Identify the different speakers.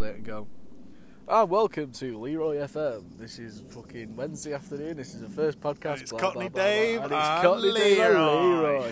Speaker 1: and go, Ah, welcome to Leroy FM. This is fucking Wednesday afternoon. This is the first podcast.
Speaker 2: it's
Speaker 1: blah, blah, blah,
Speaker 2: Cockney
Speaker 1: blah."
Speaker 2: Dave
Speaker 1: And it's
Speaker 2: and
Speaker 1: Cockney Dave and
Speaker 2: Leroy.
Speaker 1: Leroy.